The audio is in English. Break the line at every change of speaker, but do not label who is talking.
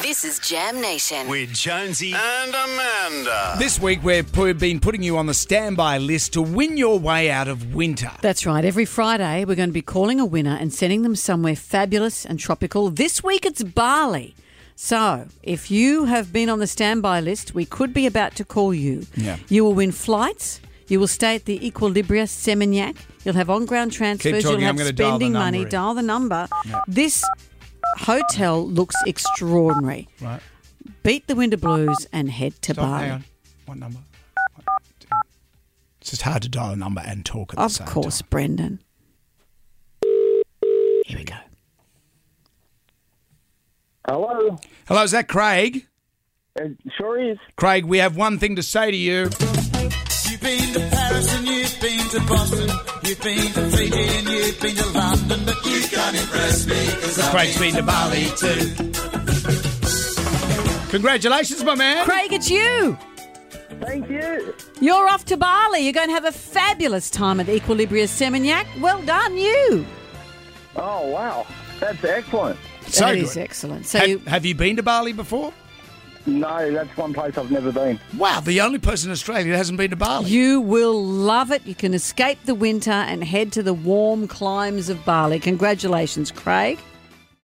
This is Jam Nation.
with Jonesy.
and Amanda.
This week, we've pu- been putting you on the standby list to win your way out of winter.
That's right. Every Friday, we're going to be calling a winner and sending them somewhere fabulous and tropical. This week, it's Bali. So, if you have been on the standby list, we could be about to call you.
Yeah.
You will win flights. You will stay at the Equilibria Seminyak. You'll have on ground transfers.
talking,
You'll
I'm
have
gonna dial the
spending
number
money.
in.
Dial the number. This hotel looks extraordinary.
Right.
Beat the winter blues and head to
Stop,
Bali.
hang on. What number? It's just hard to dial a number and talk at the
Of
same
course,
time.
Brendan. Here we go.
Hello.
Hello, is that Craig?
It sure is.
Craig, we have one thing to say to you.
You've been to Paris and you've been to Boston. You've been to Fiji and you've been to London, but you can't impress me because I've
Craig's been to Bali too. Congratulations, my man.
Craig, it's you.
Thank you.
You're off to Bali. You're going to have a fabulous time at Equilibria Seminyak. Well done, you.
Oh, wow. That's excellent.
so
that
good.
is excellent. So
Ha-
you,
have you been to Bali before?
No, that's one place I've never been.
Wow, the only person in Australia that hasn't been to Bali.
you will love it. You can escape the winter and head to the warm climes of Bali. Congratulations, Craig.